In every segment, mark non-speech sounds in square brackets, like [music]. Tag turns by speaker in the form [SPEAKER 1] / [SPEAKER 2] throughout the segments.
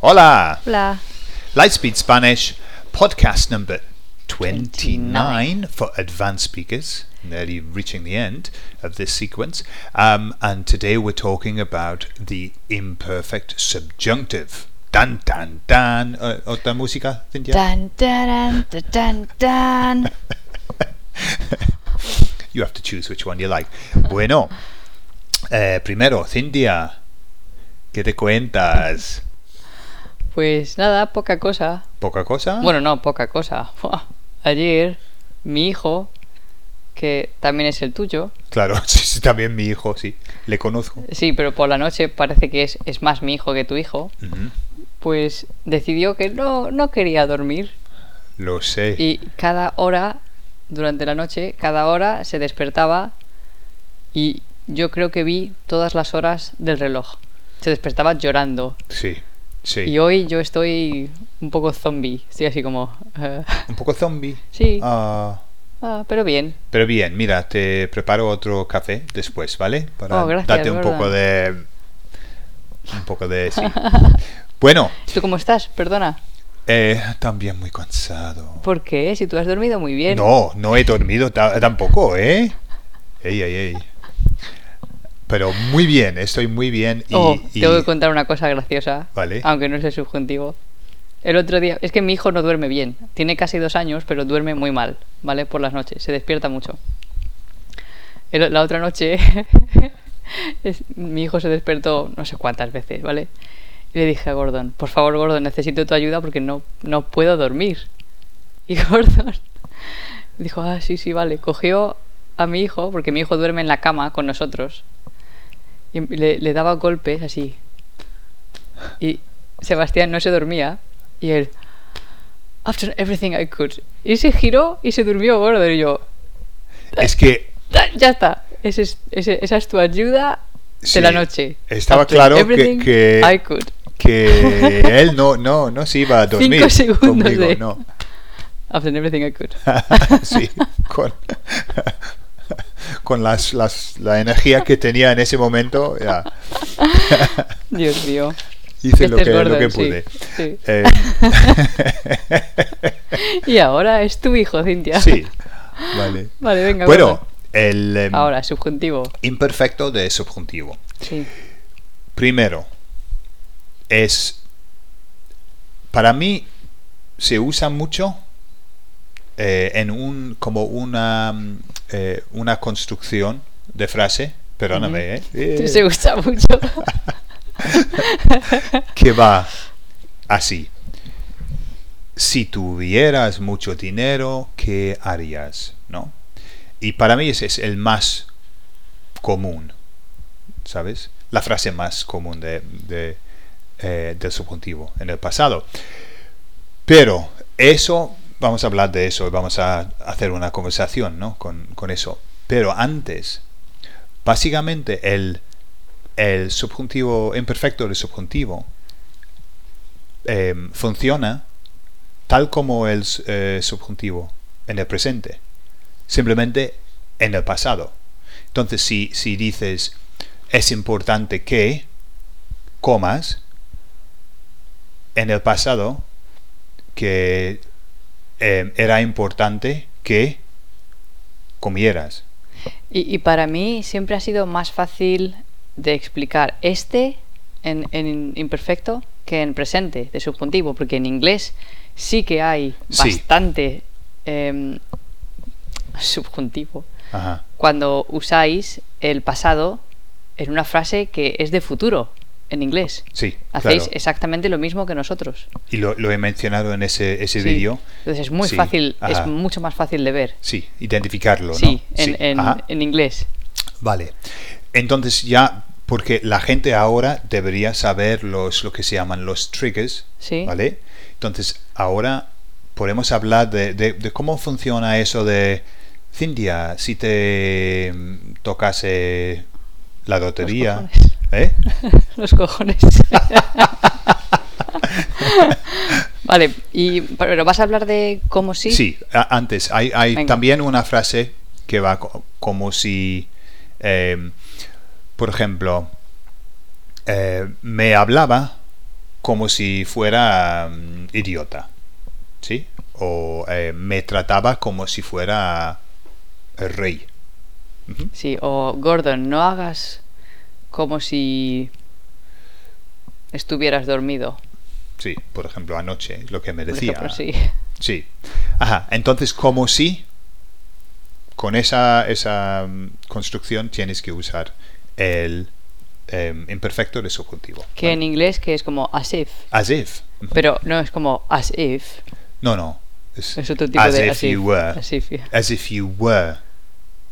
[SPEAKER 1] Hola!
[SPEAKER 2] Blah.
[SPEAKER 1] Lightspeed Spanish, podcast number 29 for advanced speakers, nearly reaching the end of this sequence. Um, and today we're talking about the imperfect subjunctive. Dan, dan, dan. Uh, ¿Otra música, Cynthia?
[SPEAKER 2] Dun, dun, dun, dun, dun. dun.
[SPEAKER 1] [laughs] You have to choose which one you like. Bueno, eh, primero, Cintia, ¿qué te cuentas?
[SPEAKER 3] Pues nada, poca cosa.
[SPEAKER 1] ¿Poca cosa?
[SPEAKER 3] Bueno, no, poca cosa. Buah. Ayer, mi hijo, que también es el tuyo,
[SPEAKER 1] Claro, [laughs] sí, sí, también mi hijo, sí, le conozco.
[SPEAKER 3] sí, pero por la noche parece que es, es más mi hijo que tu hijo,
[SPEAKER 1] Ujú,
[SPEAKER 3] pues decidió que no, no quería dormir.
[SPEAKER 1] Lo sé.
[SPEAKER 3] Y cada hora, durante la noche, cada hora se despertaba y yo creo que vi todas las horas del reloj. Se despertaba llorando.
[SPEAKER 1] Sí, sí.
[SPEAKER 3] Y hoy yo estoy un poco zombie. Estoy así como... [laughs] eh,
[SPEAKER 1] Un poco zombie.
[SPEAKER 3] sí,
[SPEAKER 1] Ah,
[SPEAKER 3] ah, pero bien.
[SPEAKER 1] pero bien, mira, te preparo otro café después, ¿vale? Para
[SPEAKER 3] Oh, gracias,
[SPEAKER 1] darte un
[SPEAKER 3] Gordon.
[SPEAKER 1] poco de... Un poco de...
[SPEAKER 3] [laughs]
[SPEAKER 1] Sí. bueno,
[SPEAKER 3] ¿Tú cómo estás? Perdona.
[SPEAKER 1] eh, también muy cansado.
[SPEAKER 3] ¿Por qué? Si tú has dormido muy Pues bien.
[SPEAKER 1] No, no he dormido ta- tampoco, ¿eh? Ey, ey, ey. Pero muy bien, estoy muy bien. Y,
[SPEAKER 3] Oh,
[SPEAKER 1] y-
[SPEAKER 3] tengo que contar una cosa graciosa.
[SPEAKER 1] Vale.
[SPEAKER 3] Aunque no es el subjuntivo. El otro día, es que mi hijo no duerme bien. Tiene casi dos años, pero duerme muy mal, ¿vale? Por las noches, se despierta mucho. El- la otra noche, [laughs] es- mi hijo se despertó no sé cuántas veces, ¿vale? Y le dije a Gordon, por favor, Gordon, necesito tu ayuda porque no, no puedo dormir. Y [laughs] Gordon dijo, ah, sí, sí, vale. Cogió a mi hijo, porque mi hijo duerme en la cama con nosotros, y le, le daba golpes así. Y Sebastián no se dormía. Y él. I've done everything I could. Y se giró y se durmió gordo. Y yo.
[SPEAKER 1] Es que
[SPEAKER 3] "Ah, Ya está. Ese es- ese- esa es tu ayuda
[SPEAKER 1] Sí,
[SPEAKER 3] de la noche.
[SPEAKER 1] estaba
[SPEAKER 3] I've done
[SPEAKER 1] claro que-
[SPEAKER 3] everything
[SPEAKER 1] que-
[SPEAKER 3] I could. [laughs]
[SPEAKER 1] que él no, no, no se iba a dormir.
[SPEAKER 3] Cinco segundos
[SPEAKER 1] conmigo,
[SPEAKER 3] de- [laughs]
[SPEAKER 1] no. [laughs]
[SPEAKER 3] I've done everything I could.
[SPEAKER 1] sí, con, con las, las- la energía que tenía en ese momento, ya,
[SPEAKER 3] [laughs] Dios mío.
[SPEAKER 1] hice lo
[SPEAKER 3] Este es
[SPEAKER 1] que, lo
[SPEAKER 3] Gordon,
[SPEAKER 1] que
[SPEAKER 3] sí, [laughs]
[SPEAKER 1] pude.
[SPEAKER 3] sí.
[SPEAKER 1] Eh, [laughs]
[SPEAKER 3] Y ahora es tu hijo, Cintia.
[SPEAKER 1] sí, vale.
[SPEAKER 3] [laughs] Vale, venga.
[SPEAKER 1] Bueno,
[SPEAKER 3] Gordon.
[SPEAKER 1] el em,
[SPEAKER 3] Ahora, subjuntivo.
[SPEAKER 1] imperfecto de subjuntivo.
[SPEAKER 3] Sí.
[SPEAKER 1] Primero, es. Para mí, se usa mucho eh, en un, como una, mm, eh, una construcción de frase. Perdóname, ¿eh? Eh, [laughs]
[SPEAKER 3] Se [laughs] gusta mucho.
[SPEAKER 1] que va así. Si tuvieras mucho dinero, ¿qué harías? ¿No? Y para mí ese es el más común, ¿sabes? La frase más común de, de, eh, del subjuntivo en el pasado. Pero eso, vamos a hablar de eso, vamos a hacer una conversación ¿no? con, con eso. Pero antes, básicamente el, el subjuntivo imperfecto del subjuntivo em, funciona tal como el s- eh, subjuntivo en el presente, simplemente en el pasado. Entonces, si, si dices es importante que comas en el pasado que em, era importante que comieras.
[SPEAKER 3] Y, y para mí siempre ha sido más fácil de explicar este en, en imperfecto que en presente, de subjuntivo, porque en inglés sí que hay
[SPEAKER 1] Sí.
[SPEAKER 3] bastante em, subjuntivo
[SPEAKER 1] Ajá.
[SPEAKER 3] cuando usáis el pasado en una frase que es de futuro en inglés.
[SPEAKER 1] Sí,
[SPEAKER 3] Hacéis
[SPEAKER 1] claro.
[SPEAKER 3] exactamente lo mismo que nosotros.
[SPEAKER 1] Y lo, lo he mencionado en ese, ese
[SPEAKER 3] Sí.
[SPEAKER 1] vídeo.
[SPEAKER 3] Entonces es muy
[SPEAKER 1] Sí,
[SPEAKER 3] fácil,
[SPEAKER 1] ajá.
[SPEAKER 3] es mucho más fácil de ver.
[SPEAKER 1] Sí, identificarlo,
[SPEAKER 3] Sí,
[SPEAKER 1] ¿no?
[SPEAKER 3] en, en-
[SPEAKER 1] ajá.
[SPEAKER 3] en inglés.
[SPEAKER 1] Vale. Entonces ya, porque la gente ahora debería saber los, lo que se llaman los triggers,
[SPEAKER 3] Sí.
[SPEAKER 1] ¿vale? Entonces ahora podemos hablar de, de- de cómo funciona eso de, Cintia, si te mm, tocase la lotería,
[SPEAKER 3] cojones.
[SPEAKER 1] ¿eh?
[SPEAKER 3] [laughs] Los cojones. vale, y, pero vas a hablar de cómo sí.
[SPEAKER 1] Sí, a- antes. Hay, hay
[SPEAKER 3] Venga.
[SPEAKER 1] también una frase que va co- como si, eh, por ejemplo, eh, me hablaba como si fuera mm, idiota, ¿sí? O eh, me trataba como si fuera el rey. Ujú.
[SPEAKER 3] Sí, o Gordon, no hagas como si estuvieras dormido.
[SPEAKER 1] Sí, por ejemplo, anoche, lo que me
[SPEAKER 3] Por
[SPEAKER 1] decía. [laughs]
[SPEAKER 3] ejemplo, sí.
[SPEAKER 1] Sí. Ajá, entonces como si con esa, esa mm, construcción tienes que usar el em, imperfecto de subjuntivo.
[SPEAKER 3] Que en inglés que es como as if.
[SPEAKER 1] As if. Ujú.
[SPEAKER 3] Pero no es como as if.
[SPEAKER 1] No, no. Es,
[SPEAKER 3] Es otro tipo
[SPEAKER 1] as
[SPEAKER 3] de
[SPEAKER 1] if
[SPEAKER 3] as if.
[SPEAKER 1] you were.
[SPEAKER 3] as if, yeah.
[SPEAKER 1] As if you were.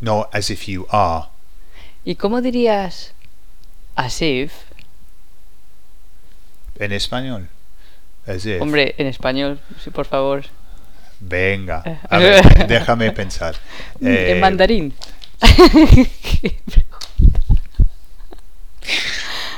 [SPEAKER 1] No, as if you are.
[SPEAKER 3] ¿Y cómo dirías as if?
[SPEAKER 1] En español. As if.
[SPEAKER 3] Hombre, en español, sí, por favor.
[SPEAKER 1] Venga. A
[SPEAKER 3] [laughs]
[SPEAKER 1] ver, déjame pensar. Eh,
[SPEAKER 3] Eh. en mandarín.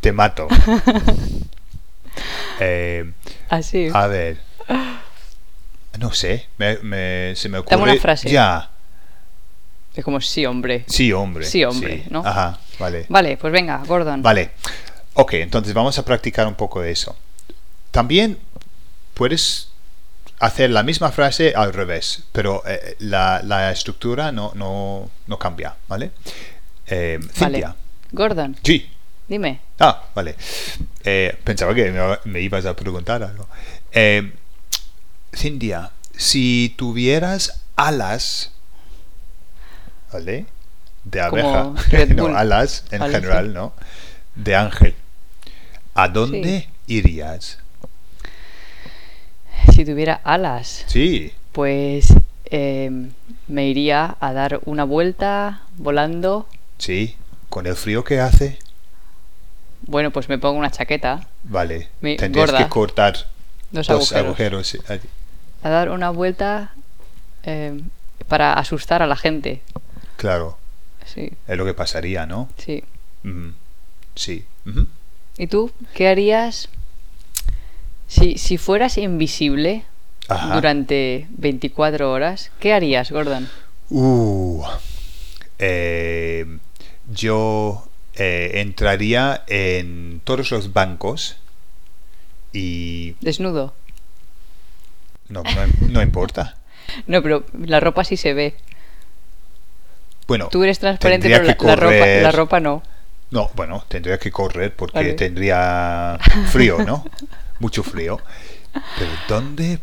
[SPEAKER 1] Te
[SPEAKER 3] [laughs]
[SPEAKER 1] mato. Eh,
[SPEAKER 3] [laughs] as if.
[SPEAKER 1] A ver. No sé, me, me- se me ocurre.
[SPEAKER 3] Dame una frase.
[SPEAKER 1] Ya.
[SPEAKER 3] Es como sí, hombre.
[SPEAKER 1] Sí, hombre.
[SPEAKER 3] Sí, hombre, ¿no?
[SPEAKER 1] Ajá, vale.
[SPEAKER 3] Vale, pues venga, Gordon.
[SPEAKER 1] Vale. Ok, entonces vamos a practicar un poco de eso. También puedes hacer la misma frase al revés, pero eh, la, la estructura no, no, no cambia, ¿vale? Eh,
[SPEAKER 3] Vale.
[SPEAKER 1] Cintia.
[SPEAKER 3] Gordon,
[SPEAKER 1] Sí.
[SPEAKER 3] dime.
[SPEAKER 1] Ah, vale. Eh, pensaba que me, me ibas a preguntar algo. Eh, Cintia, si tuvieras alas, ¿vale? De abeja,
[SPEAKER 3] Como Red
[SPEAKER 1] [laughs]
[SPEAKER 3] Bull.
[SPEAKER 1] no, alas en
[SPEAKER 3] Vale,
[SPEAKER 1] general,
[SPEAKER 3] sí.
[SPEAKER 1] ¿no? De ángel, ¿a dónde irías?
[SPEAKER 3] Si tuviera alas,
[SPEAKER 1] Sí,
[SPEAKER 3] pues em, me iría a dar una vuelta volando.
[SPEAKER 1] sí, con el frío que hace,
[SPEAKER 3] Bueno, pues me pongo una chaqueta,
[SPEAKER 1] vale.
[SPEAKER 3] Mi-
[SPEAKER 1] Tendrías
[SPEAKER 3] gorda.
[SPEAKER 1] que cortar
[SPEAKER 3] dos,
[SPEAKER 1] dos agujeros.
[SPEAKER 3] agujeros.
[SPEAKER 1] eh,
[SPEAKER 3] A dar una vuelta em, para asustar a la gente.
[SPEAKER 1] Claro,
[SPEAKER 3] Sí,
[SPEAKER 1] es lo que pasaría, ¿no?
[SPEAKER 3] sí.
[SPEAKER 1] Mm, Sí. ujú.
[SPEAKER 3] ¿Y tú qué harías si, si fueras invisible
[SPEAKER 1] Ajá.
[SPEAKER 3] durante 24 horas? ¿Qué harías, Gordon?
[SPEAKER 1] Uh, eh, yo eh, entraría en todos los bancos y
[SPEAKER 3] Desnudo.
[SPEAKER 1] no, no, no importa.
[SPEAKER 3] No, pero la ropa sí se ve.
[SPEAKER 1] Bueno,
[SPEAKER 3] Tú eres transparente,
[SPEAKER 1] tendría
[SPEAKER 3] pero
[SPEAKER 1] que
[SPEAKER 3] la, la ropa,
[SPEAKER 1] correr.
[SPEAKER 3] la ropa no.
[SPEAKER 1] No, bueno, tendría que correr porque
[SPEAKER 3] Vale.
[SPEAKER 1] tendría frío,
[SPEAKER 3] [laughs]
[SPEAKER 1] ¿no? Mucho frío. Pero ¿dónde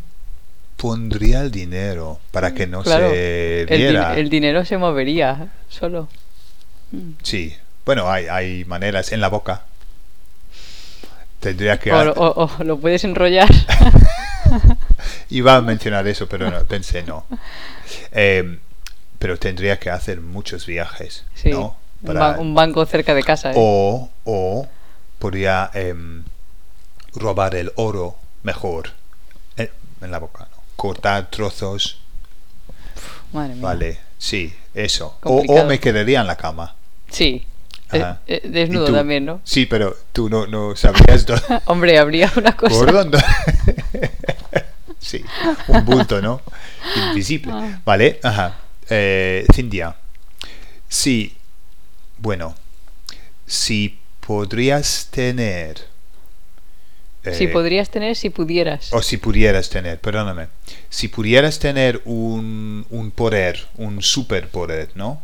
[SPEAKER 1] pondría el dinero para que no
[SPEAKER 3] Claro,
[SPEAKER 1] se
[SPEAKER 3] El, din-
[SPEAKER 1] viera?
[SPEAKER 3] el dinero se movería solo. Mm.
[SPEAKER 1] Sí, bueno, hay, hay maneras en la boca. Tendría que
[SPEAKER 3] O,
[SPEAKER 1] ha-
[SPEAKER 3] o- o lo
[SPEAKER 1] [laughs]
[SPEAKER 3] puedes enrollar.
[SPEAKER 1] Iba a mencionar eso, pero no, pensé
[SPEAKER 3] [laughs]
[SPEAKER 1] no. Eh, pero tendría que hacer muchos viajes,
[SPEAKER 3] Sí,
[SPEAKER 1] ¿no?
[SPEAKER 3] un
[SPEAKER 1] Para-
[SPEAKER 3] ba- un, banco cerca de casa. ¿eh?
[SPEAKER 1] o, o podría em, robar el oro mejor Eh, en la boca, ¿no? Cortar trozos,
[SPEAKER 3] Madre mía.
[SPEAKER 1] vale, sí, eso. O, o
[SPEAKER 3] Mm. Complicado.
[SPEAKER 1] me quedaría en la cama.
[SPEAKER 3] Sí. Eh,
[SPEAKER 1] Ajá.
[SPEAKER 3] eh,
[SPEAKER 1] ¿Y
[SPEAKER 3] desnudo
[SPEAKER 1] tú?
[SPEAKER 3] también, ¿no? [laughs]
[SPEAKER 1] Sí, pero tú no, no sabrías dónde.
[SPEAKER 3] Hombre, habría una cosa.
[SPEAKER 1] Gordon, ¿no? [laughs] sí, un bulto, ¿no? Invisible.
[SPEAKER 3] Ah.
[SPEAKER 1] Vale, ajá. Eh, Cintia, sí, bueno, si podrías tener...
[SPEAKER 3] Si
[SPEAKER 1] eh,
[SPEAKER 3] podrías tener, si pudieras.
[SPEAKER 1] O si pudieras tener, perdóname. Si pudieras tener un, un poder, un superpoder, ¿no?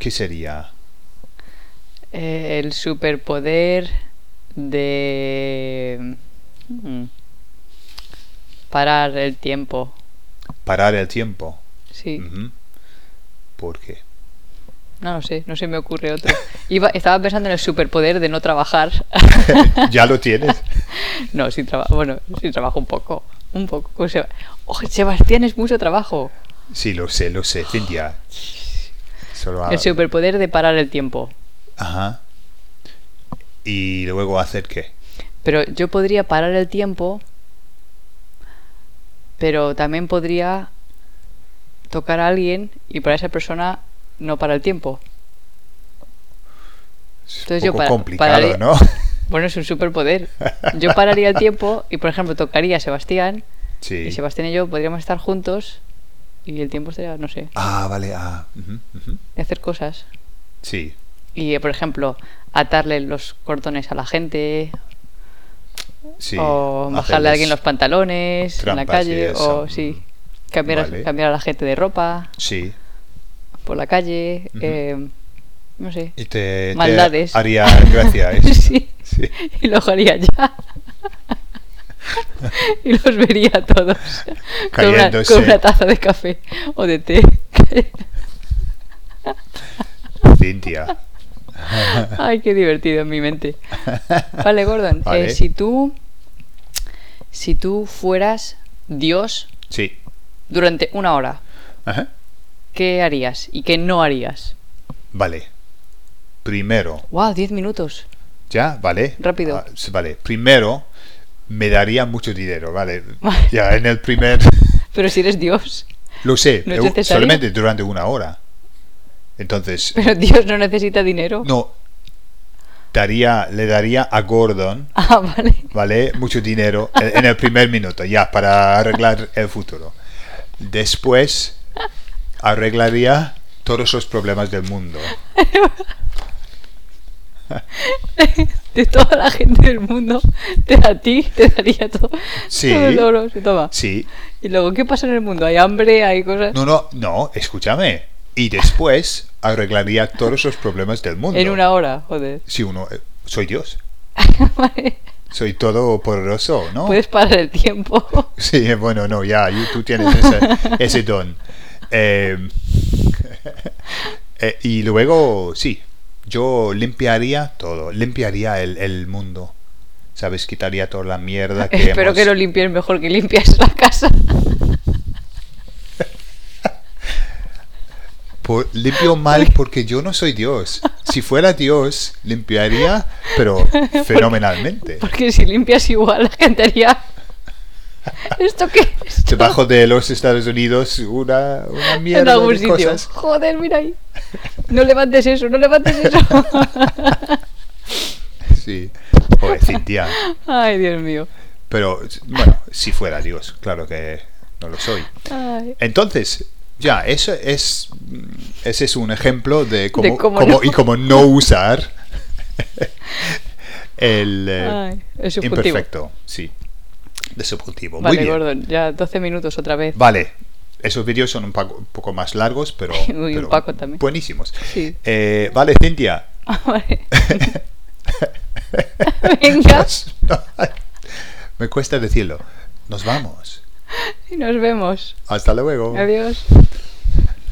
[SPEAKER 1] ¿Qué sería?
[SPEAKER 3] Eh, el superpoder de... mm, Parar el tiempo.
[SPEAKER 1] Parar el tiempo.
[SPEAKER 3] Sí.
[SPEAKER 1] Ujú. ¿Por qué? [laughs]
[SPEAKER 3] No lo sé, no se me ocurre otro. Iba, estaba pensando en el superpoder de no trabajar. [laughs]
[SPEAKER 1] ya lo tienes.
[SPEAKER 3] no, sí trabajo. Bueno, sí trabajo un poco. Un poco. con Seb- Oh, Sebastián es mucho trabajo.
[SPEAKER 1] Sí, lo sé, lo sé, Cintia.
[SPEAKER 3] Ah.
[SPEAKER 1] Solo ha-
[SPEAKER 3] El superpoder de parar el tiempo.
[SPEAKER 1] Ajá. Y luego hacer qué?
[SPEAKER 3] Pero yo podría parar el tiempo, pero también podría tocar a alguien y para esa persona no para el tiempo.
[SPEAKER 1] Es
[SPEAKER 3] Entonces
[SPEAKER 1] un
[SPEAKER 3] yo
[SPEAKER 1] poco
[SPEAKER 3] para-
[SPEAKER 1] complicado,
[SPEAKER 3] pararía-
[SPEAKER 1] ¿no?
[SPEAKER 3] [laughs] Bueno, es un superpoder. Yo pararía el tiempo y, por ejemplo, tocaría a Sebastián
[SPEAKER 1] [laughs] Sí.
[SPEAKER 3] y Sebastián y yo podríamos estar juntos y el tiempo estaría, no sé,
[SPEAKER 1] Ah, vale, ah. ujú, ujú.
[SPEAKER 3] y hacer cosas.
[SPEAKER 1] Sí.
[SPEAKER 3] Y, eh, por ejemplo, atarle los cordones a la gente
[SPEAKER 1] Sí,
[SPEAKER 3] o bajarle a
[SPEAKER 1] hacerles-
[SPEAKER 3] alguien los pantalones en la
[SPEAKER 1] trampas y
[SPEAKER 3] calle,
[SPEAKER 1] eso.
[SPEAKER 3] o sí, cambiar, a-
[SPEAKER 1] Vale.
[SPEAKER 3] cambiar a la gente de ropa
[SPEAKER 1] Sí.
[SPEAKER 3] por la calle,
[SPEAKER 1] Ujú.
[SPEAKER 3] eh, no sé.
[SPEAKER 1] Y te, te
[SPEAKER 3] Maldades.
[SPEAKER 1] haría
[SPEAKER 3] [laughs]
[SPEAKER 1] gracia eso.
[SPEAKER 3] Sí.
[SPEAKER 1] Sí.
[SPEAKER 3] [laughs] Y los
[SPEAKER 1] [laughs]
[SPEAKER 3] haría ya. y los vería a todos. Con una-
[SPEAKER 1] Cayéndose.
[SPEAKER 3] Con una, taza de café o de té. [laughs]
[SPEAKER 1] Cintia.
[SPEAKER 3] Ay, qué divertido en mi mente. Vale, Gordon. eh,
[SPEAKER 1] Vale.
[SPEAKER 3] si tú. Si tú fueras Dios
[SPEAKER 1] [laughs] Sí.
[SPEAKER 3] durante una hora,
[SPEAKER 1] Ajá.
[SPEAKER 3] ¿qué harías y qué no harías?
[SPEAKER 1] Vale. Primero.
[SPEAKER 3] ¡Wow! 10 minutos.
[SPEAKER 1] ¿Ya? ¿Vale?
[SPEAKER 3] Rápido.
[SPEAKER 1] Ah, sí, vale. Primero, me daría mucho dinero, ¿vale? Ya, en el primer...
[SPEAKER 3] [laughs] Pero si eres Dios.
[SPEAKER 1] Lo sé,
[SPEAKER 3] ¿No es
[SPEAKER 1] eu-
[SPEAKER 3] necesario?
[SPEAKER 1] solamente durante una hora. Entonces,
[SPEAKER 3] Pero Dios no necesita dinero.
[SPEAKER 1] no... Daría, le daría a Gordon,
[SPEAKER 3] Ah, vale.
[SPEAKER 1] ¿vale? Mucho dinero en en el primer minuto, ya, para arreglar el futuro. Después, arreglaría todos los problemas del mundo.
[SPEAKER 3] De toda la gente del mundo, te da a ti, te daría todo.
[SPEAKER 1] Sí.
[SPEAKER 3] Todo el oro, se toma.
[SPEAKER 1] Sí,
[SPEAKER 3] Y luego, ¿qué pasa en el mundo? ¿Hay hambre? ¿Hay cosas?
[SPEAKER 1] no, no, no, escúchame. Y después, arreglaría todos los problemas del mundo.
[SPEAKER 3] en una hora, joder. [laughs]
[SPEAKER 1] Si uno. eh, Soy Dios.
[SPEAKER 3] Vale.
[SPEAKER 1] Soy todopoderoso, ¿no?
[SPEAKER 3] Puedes parar el tiempo.
[SPEAKER 1] Sí, eh, bueno, no, ya, you- tú tienes
[SPEAKER 3] [laughs]
[SPEAKER 1] ese, ese don. Eh, eh, y luego, sí, yo limpiaría todo. Limpiaría el, el mundo. ¿Sabes? Quitaría toda la mierda que.
[SPEAKER 3] [laughs] Espero
[SPEAKER 1] hemos-
[SPEAKER 3] que lo limpies mejor que limpias la casa.
[SPEAKER 1] Por- limpio
[SPEAKER 3] [laughs]
[SPEAKER 1] mal porque yo no soy Dios. Si fuera Dios, limpiaría, pero
[SPEAKER 3] [laughs]
[SPEAKER 1] fenomenalmente.
[SPEAKER 3] Porque si limpias igual, la gente haría. ¿Esto qué es?
[SPEAKER 1] Debajo de los Estados Unidos, una, una
[SPEAKER 3] En
[SPEAKER 1] mierda
[SPEAKER 3] algún
[SPEAKER 1] de
[SPEAKER 3] sitio.
[SPEAKER 1] cosas.
[SPEAKER 3] Joder, mira ahí. No levantes eso, no levantes
[SPEAKER 1] [laughs]
[SPEAKER 3] eso.
[SPEAKER 1] Sí, pobre Cintia.
[SPEAKER 3] Ay, Dios mío.
[SPEAKER 1] Pero bueno, si fuera Dios, claro que no lo soy.
[SPEAKER 3] Ay.
[SPEAKER 1] Entonces, ya, eso es, mm, ese es un ejemplo de cómo,
[SPEAKER 3] cómo
[SPEAKER 1] cómo-
[SPEAKER 3] no.
[SPEAKER 1] y cómo no usar [laughs] el eh,
[SPEAKER 3] Ay, el subjuntivo.
[SPEAKER 1] imperfecto, sí, de subjuntivo. Muy
[SPEAKER 3] Vale,
[SPEAKER 1] bien.
[SPEAKER 3] Gordon, ya 12 minutos otra vez.
[SPEAKER 1] Vale, esos vídeos son un, paco- un poco más largos, pero,
[SPEAKER 3] [laughs] Uy, un
[SPEAKER 1] pero
[SPEAKER 3] paco también.
[SPEAKER 1] buenísimos.
[SPEAKER 3] Sí.
[SPEAKER 1] Eh, vale, Cintia. [laughs]
[SPEAKER 3] Vale. [laughs] Venga,
[SPEAKER 1] [laughs] Me cuesta decirlo. Nos vamos.
[SPEAKER 3] y nos vemos.
[SPEAKER 1] Hasta luego.
[SPEAKER 3] Adiós.